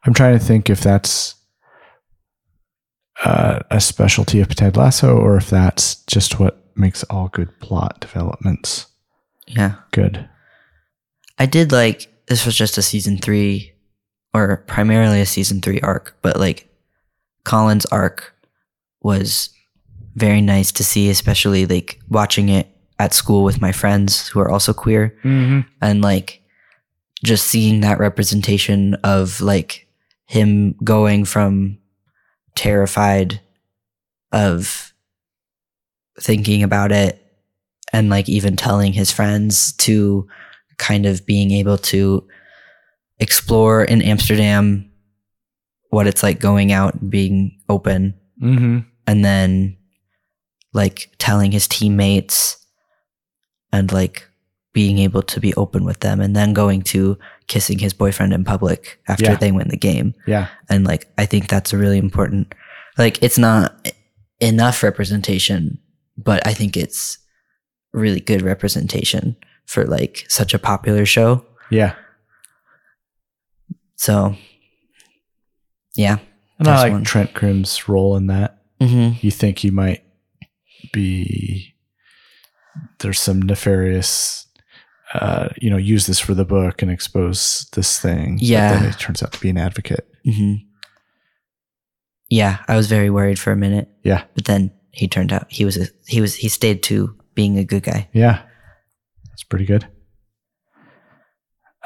Speaker 1: I'm trying to think if that's uh, a specialty of Ted Lasso or if that's just what makes all good plot developments
Speaker 2: Yeah.
Speaker 1: good.
Speaker 2: I did like this was just a season three, or primarily a season three arc, but like Colin's arc was very nice to see, especially like watching it at school with my friends who are also queer
Speaker 1: Mm-hmm.
Speaker 2: and like just seeing that representation of like him going from terrified of thinking about it and like even telling his friends to kind of being able to explore in Amsterdam what it's like going out and being open
Speaker 1: Mm-hmm.
Speaker 2: and then like telling his teammates and like being able to be open with them and then going to kissing his boyfriend in public after
Speaker 1: Yeah.
Speaker 2: they win the game
Speaker 1: Yeah.
Speaker 2: and like i think that's a really important like it's not enough representation but i think it's really good representation for like such a popular show
Speaker 1: Yeah.
Speaker 2: so yeah
Speaker 1: And
Speaker 2: That's
Speaker 1: I like
Speaker 2: one.
Speaker 1: Trent Grimm's role in that.
Speaker 2: mm-hmm.
Speaker 1: you think he might be there's some nefarious uh, you know use this for the book and expose this thing but
Speaker 2: Yeah.
Speaker 1: then it turns out to be an advocate
Speaker 2: hmm
Speaker 1: Mm-hmm.
Speaker 2: Yeah, I was very worried for a minute.
Speaker 1: Yeah.
Speaker 2: but then he turned out he was a, he was he stayed to being a good guy.
Speaker 1: yeah that's pretty good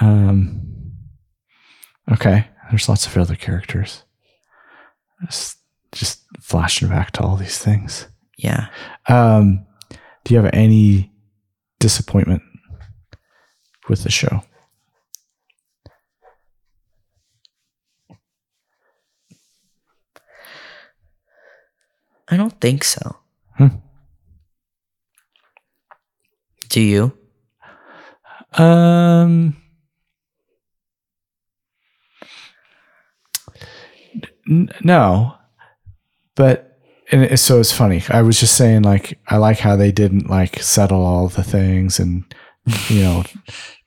Speaker 1: um okay there's lots of other characters just, just flashing back to all these things
Speaker 2: Yeah,
Speaker 1: um do you have any disappointment with the show
Speaker 2: I don't think so.
Speaker 1: Hmm.
Speaker 2: Do you?
Speaker 1: Um, n- no, but and it, so it's funny. I was just saying, like, I like how they didn't like settle all the things and you know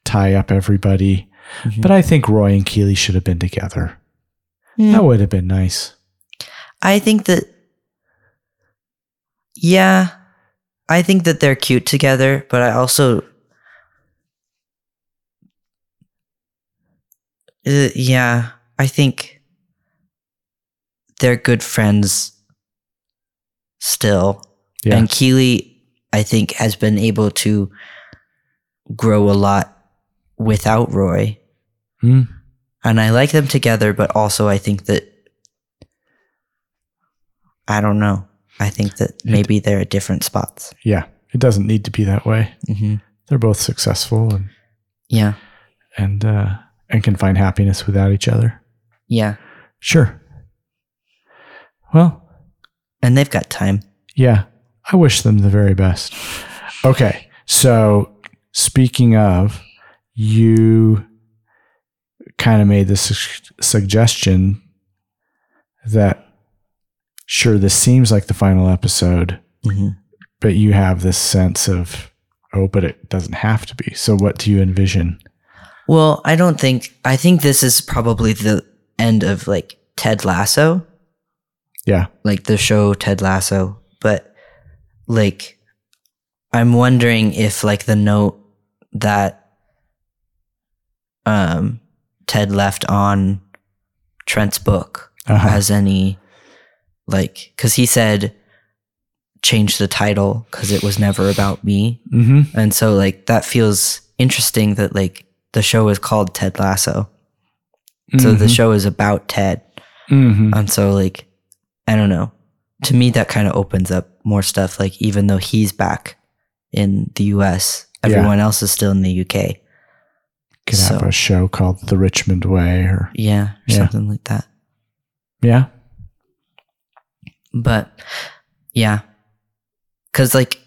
Speaker 1: tie up everybody.
Speaker 2: Mhm.
Speaker 1: But I think Roy and Keeley should have been together.
Speaker 2: Mm.
Speaker 1: That would have been nice.
Speaker 2: I think that, yeah, I think that they're cute together, but I also, Uh, yeah, I think they're good friends still.
Speaker 1: Yeah.
Speaker 2: And Keely, I think, has been able to grow a lot without Roy.
Speaker 1: Hmm.
Speaker 2: And I like them together, but also I think that I don't know. I think that maybe they're at different spots.
Speaker 1: yeah. It doesn't need to be that way.
Speaker 2: Mm-hmm.
Speaker 1: They're both successful and
Speaker 2: Yeah.
Speaker 1: and uh, and can find happiness without each other.
Speaker 2: Yeah.
Speaker 1: Sure. Well,
Speaker 2: And they've got time.
Speaker 1: Yeah, I wish them the very best. Okay, so speaking of, you kind of made this su- suggestion that sure, this seems like the final episode,
Speaker 2: Mhm.
Speaker 1: but you have this sense of, oh, but it doesn't have to be. So, what do you envision?
Speaker 2: Well, I don't think, I think this is probably the end of like Ted Lasso.
Speaker 1: Yeah.
Speaker 2: Like the show Ted Lasso. But like, I'm wondering if like the note that um, Ted left on Trent's book
Speaker 1: Uh-huh.
Speaker 2: has any like because he said change the title because it was never about me
Speaker 1: hmm
Speaker 2: and so like that feels interesting that like the show is called ted lasso so the
Speaker 1: Mm-hmm.
Speaker 2: uh, show is about ted
Speaker 1: hmm
Speaker 2: and so like i don't know to me that kind of opens up more stuff like even though he's back in the us
Speaker 1: Yeah.
Speaker 2: everyone else is still in the uk
Speaker 1: could have
Speaker 2: so-
Speaker 1: a show called The Richmond Way, or
Speaker 2: yeah or
Speaker 1: Yeah.
Speaker 2: something like that
Speaker 1: yeah,
Speaker 2: but yeah because like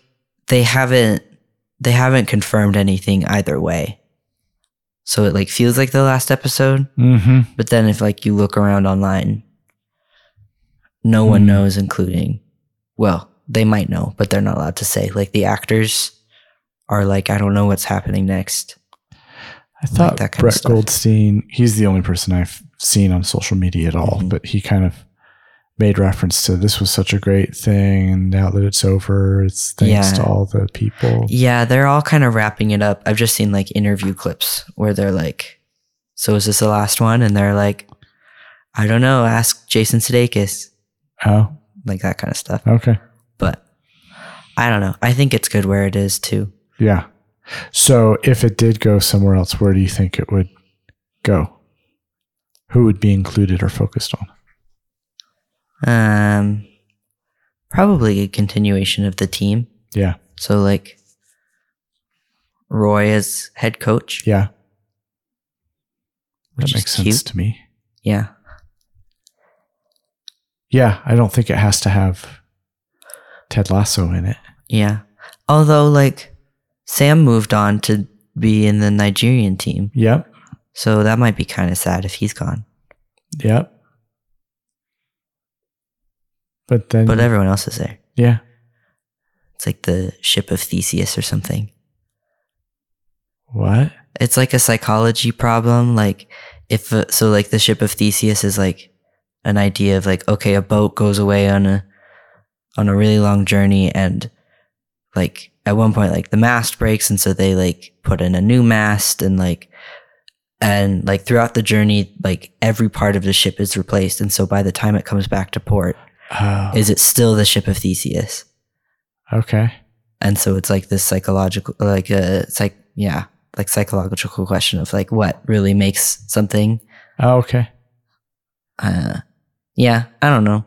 Speaker 2: they haven't they haven't confirmed anything either way so it like feels like the last episode
Speaker 1: hmm
Speaker 2: but then if like you look around online no one
Speaker 1: Hmm.
Speaker 2: knows including well they might know but they're not allowed to say like the actors are like i don't know what's happening next
Speaker 1: I thought
Speaker 2: that kind of
Speaker 1: Brett
Speaker 2: stuff.
Speaker 1: Goldstein, he's the only person I've seen on social media at all,
Speaker 2: Mhm.
Speaker 1: but he kind of made reference to this was such a great thing. And now that it's over, it's thanks
Speaker 2: Yeah.
Speaker 1: to all the people.
Speaker 2: yeah they're all kind of wrapping it up i've just seen like interview clips where they're like so is this the last one and they're like i don't know ask jason sudeikis
Speaker 1: Oh,
Speaker 2: like that kind of stuff.
Speaker 1: okay.
Speaker 2: But I don't know. I think it's good where it is too.
Speaker 1: Yeah. So if it did go somewhere else, where do you think it would go? Who would be included or focused on?
Speaker 2: Um, probably a continuation of the team.
Speaker 1: Yeah.
Speaker 2: So like Roy as head coach.
Speaker 1: Yeah.
Speaker 2: Which
Speaker 1: that makes
Speaker 2: is
Speaker 1: sense
Speaker 2: cute.
Speaker 1: to me.
Speaker 2: Yeah.
Speaker 1: Yeah. I don't think it has to have Ted Lasso in it.
Speaker 2: Yeah. Although like Sam moved on to be in the Nigerian team.
Speaker 1: Yep.
Speaker 2: So that might be kind of sad if he's gone.
Speaker 1: Yep. But then,
Speaker 2: But everyone else is there.
Speaker 1: yeah,
Speaker 2: It's like the ship of Theseus or something.
Speaker 1: what?
Speaker 2: it's like a psychology problem like if uh, so like the ship of theseus is like an idea of like okay a boat goes away on a on a really long journey and like at one point like the mast breaks and so they like put in a new mast and like and like throughout the journey like every part of the ship is replaced and so by the time it comes back to port
Speaker 1: Oh,
Speaker 2: is it still the ship of theseus
Speaker 1: okay.
Speaker 2: and so it's like this psychological like uh it's like yeah like psychological question of like what really makes something
Speaker 1: Oh, okay.
Speaker 2: uh yeah i don't know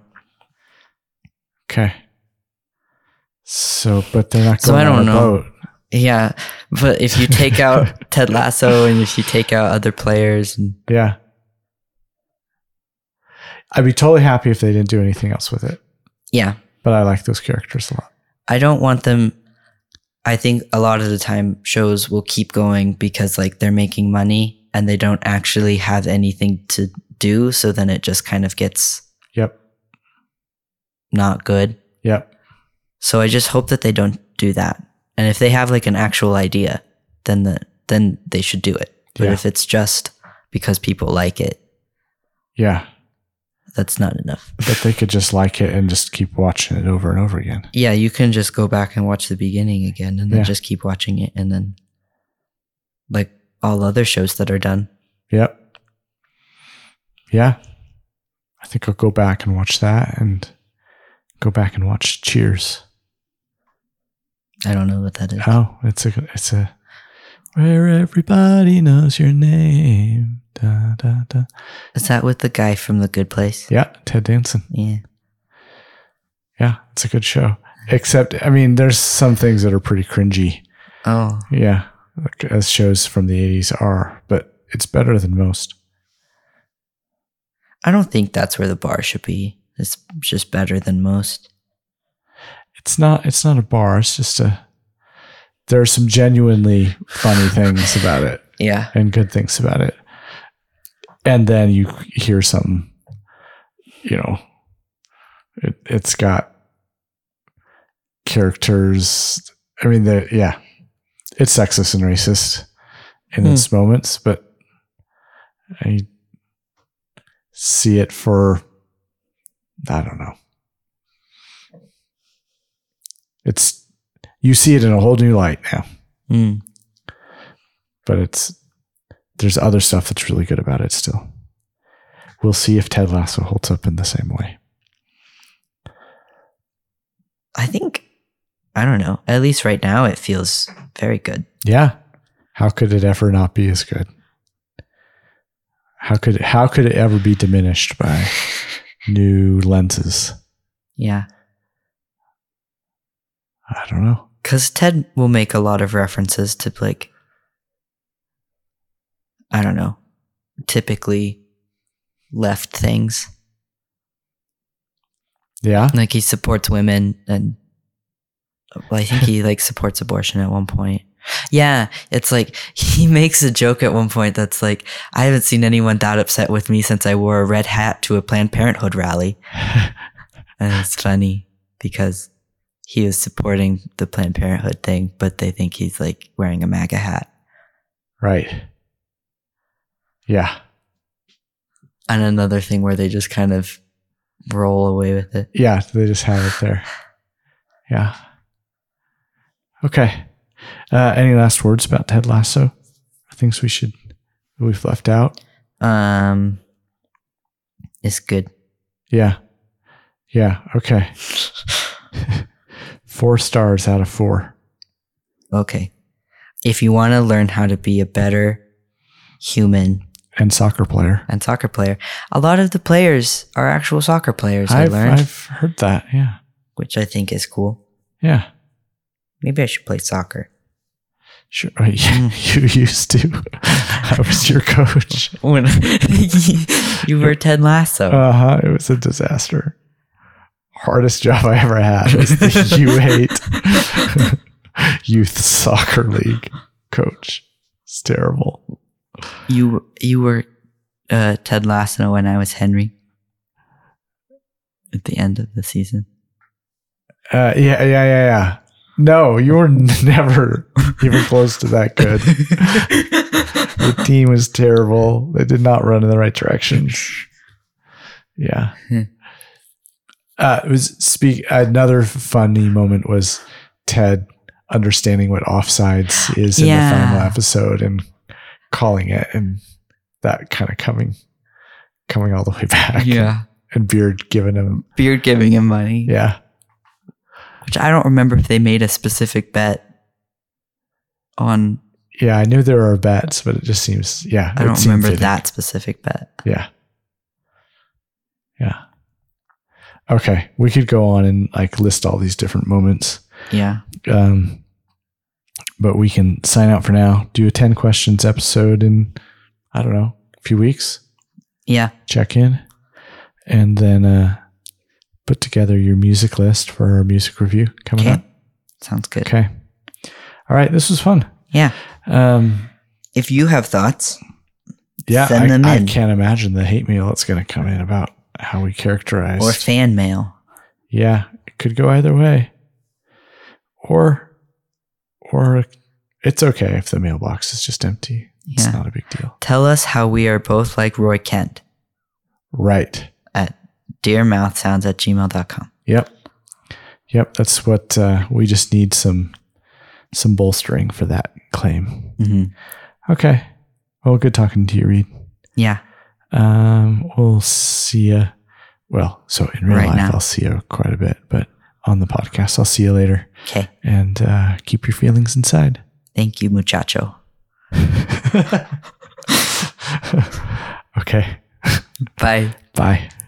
Speaker 1: Okay. So, but they're not going
Speaker 2: So I
Speaker 1: on
Speaker 2: don't
Speaker 1: a
Speaker 2: know.
Speaker 1: boat.
Speaker 2: yeah but if you take out ted lasso and if you take out other players and
Speaker 1: Yeah. I'd be totally happy if they didn't do anything else with it,
Speaker 2: yeah
Speaker 1: but I like those characters a lot.
Speaker 2: i don't want them i think a lot of the time shows will keep going because like they're making money and they don't actually have anything to do so then it just kind of gets
Speaker 1: Yep.
Speaker 2: not good.
Speaker 1: Yep.
Speaker 2: So I just hope that they don't do that. And if they have like an actual idea, then the then they should do it. But
Speaker 1: Yeah.
Speaker 2: if it's just because people like it,
Speaker 1: Yeah.
Speaker 2: that's not enough.
Speaker 1: But they could just like it and just keep watching it over and over again.
Speaker 2: Yeah, you can just go back and watch the beginning again and then
Speaker 1: Yeah.
Speaker 2: just keep watching it and then like all other shows that are done.
Speaker 1: Yep. Yeah. I think I'll go back and watch that and go back and watch Cheers.
Speaker 2: I don't know what that is.
Speaker 1: Oh, it's a it's a where everybody knows your name. Da, da, da.
Speaker 2: Is that with the guy from The Good Place?
Speaker 1: Yeah, Ted Danson.
Speaker 2: Yeah.
Speaker 1: Yeah, it's a good show. Except, I mean, there's some things that are pretty cringy.
Speaker 2: Oh,
Speaker 1: Yeah, like, as shows from the '80s are, but it's better than most.
Speaker 2: I don't think that's where the bar should be. It's just better than most.
Speaker 1: It's not. It's not a bar. It's just a. There are some genuinely funny things about it
Speaker 2: Yeah.
Speaker 1: and good things about it, and then you hear some. You know, it, it's got characters. I mean, the yeah, it's sexist and racist in
Speaker 2: Hmm.
Speaker 1: its moments, but I see it for I don't know. It's you see it in a whole new light now,
Speaker 2: Mm.
Speaker 1: but it's there's other stuff that's really good about it still. We'll see if Ted Lasso holds up in the same way.
Speaker 2: I think, I don't know. At least right now, it feels very good.
Speaker 1: Yeah. How could it ever not be as good? How could how could it ever be diminished by new lenses?
Speaker 2: Yeah.
Speaker 1: I don't know.
Speaker 2: Because Ted will make a lot of references to, like, I don't know, typically left things.
Speaker 1: Yeah.
Speaker 2: Like, he supports women and. Well, I think he like supports abortion at one point. Yeah, it's like he makes a joke at one point that's like, I haven't seen anyone that upset with me since I wore a red hat to a Planned Parenthood rally. And it's funny because he was supporting the Planned Parenthood thing, but they think he's like wearing a MAGA hat.
Speaker 1: right. Yeah.
Speaker 2: And another thing where they just kind of roll away with it.
Speaker 1: Yeah, they just have it there. Yeah. Okay. Uh, any last words about Ted Lasso? Things we should we've left out?
Speaker 2: Um, it's good.
Speaker 1: Yeah. Yeah. Okay. four stars out of four.
Speaker 2: Okay. If you want to learn how to be a better human
Speaker 1: And soccer player.
Speaker 2: and soccer player, a lot of the players are actual soccer players, I
Speaker 1: I've,
Speaker 2: learned,
Speaker 1: I've heard that. Yeah.
Speaker 2: which I think is cool.
Speaker 1: Yeah.
Speaker 2: Maybe I should play soccer.
Speaker 1: Sure. Right. You, you used to. I was your coach.
Speaker 2: When you were Ted Lasso.
Speaker 1: Uh huh. It was a disaster. Hardest job I ever had was the U eight youth soccer league coach. It's terrible.
Speaker 2: You you were uh, Ted Lasso and I was Henry at the end of the season.
Speaker 1: Uh, yeah, yeah, yeah, yeah. No, you were never even close to that good. The team was terrible. They did not run in the right direction. Yeah.
Speaker 2: Hmm.
Speaker 1: Uh, it was speak. Another funny moment was Ted understanding what offsides is in
Speaker 2: Yeah.
Speaker 1: the final episode and calling it, and that kind of coming, coming all the way back.
Speaker 2: yeah,
Speaker 1: And Beard giving him,
Speaker 2: Beard giving him money,
Speaker 1: yeah,
Speaker 2: which I don't remember if they made a specific bet on.
Speaker 1: yeah. I knew there were bets, but it just seems, yeah.
Speaker 2: I
Speaker 1: it
Speaker 2: don't
Speaker 1: seemed
Speaker 2: remember
Speaker 1: fitting.
Speaker 2: that specific bet.
Speaker 1: Yeah. Yeah. Okay. We could go on and like list all these different moments.
Speaker 2: Yeah,
Speaker 1: Um, but we can sign out for now, do a 10 questions episode in, I don't know, a few weeks,
Speaker 2: yeah,
Speaker 1: check in, and then uh, put together your music list for our music review coming
Speaker 2: okay,
Speaker 1: up.
Speaker 2: sounds good.
Speaker 1: Okay. All right. This was fun.
Speaker 2: Yeah,
Speaker 1: Um,
Speaker 2: if you have thoughts,
Speaker 1: yeah.
Speaker 2: Send
Speaker 1: I,
Speaker 2: them
Speaker 1: I
Speaker 2: in.
Speaker 1: can't imagine the hate mail that's going to come in about how we characterize
Speaker 2: or fan mail,
Speaker 1: yeah, it could go either way. Or, or it's okay if the mailbox is just empty. It's
Speaker 2: Yeah.
Speaker 1: not a big deal.
Speaker 2: Tell us how we are both like Roy Kent
Speaker 1: Right.
Speaker 2: at dearmouthsounds at gmail.com.
Speaker 1: Yep. Yep. That's what uh, we just need some, some bolstering for that claim.
Speaker 2: Mm-hmm.
Speaker 1: Okay. Well, good talking to you, Reed.
Speaker 2: Yeah.
Speaker 1: Um, we'll see you. Well, so in real
Speaker 2: Right
Speaker 1: life,
Speaker 2: now.
Speaker 1: I'll see you quite a bit, but on the podcast, I'll see you later.
Speaker 2: Okay.
Speaker 1: And uh, keep your feelings inside.
Speaker 2: Thank you, muchacho.
Speaker 1: okay.
Speaker 2: Bye.
Speaker 1: Bye.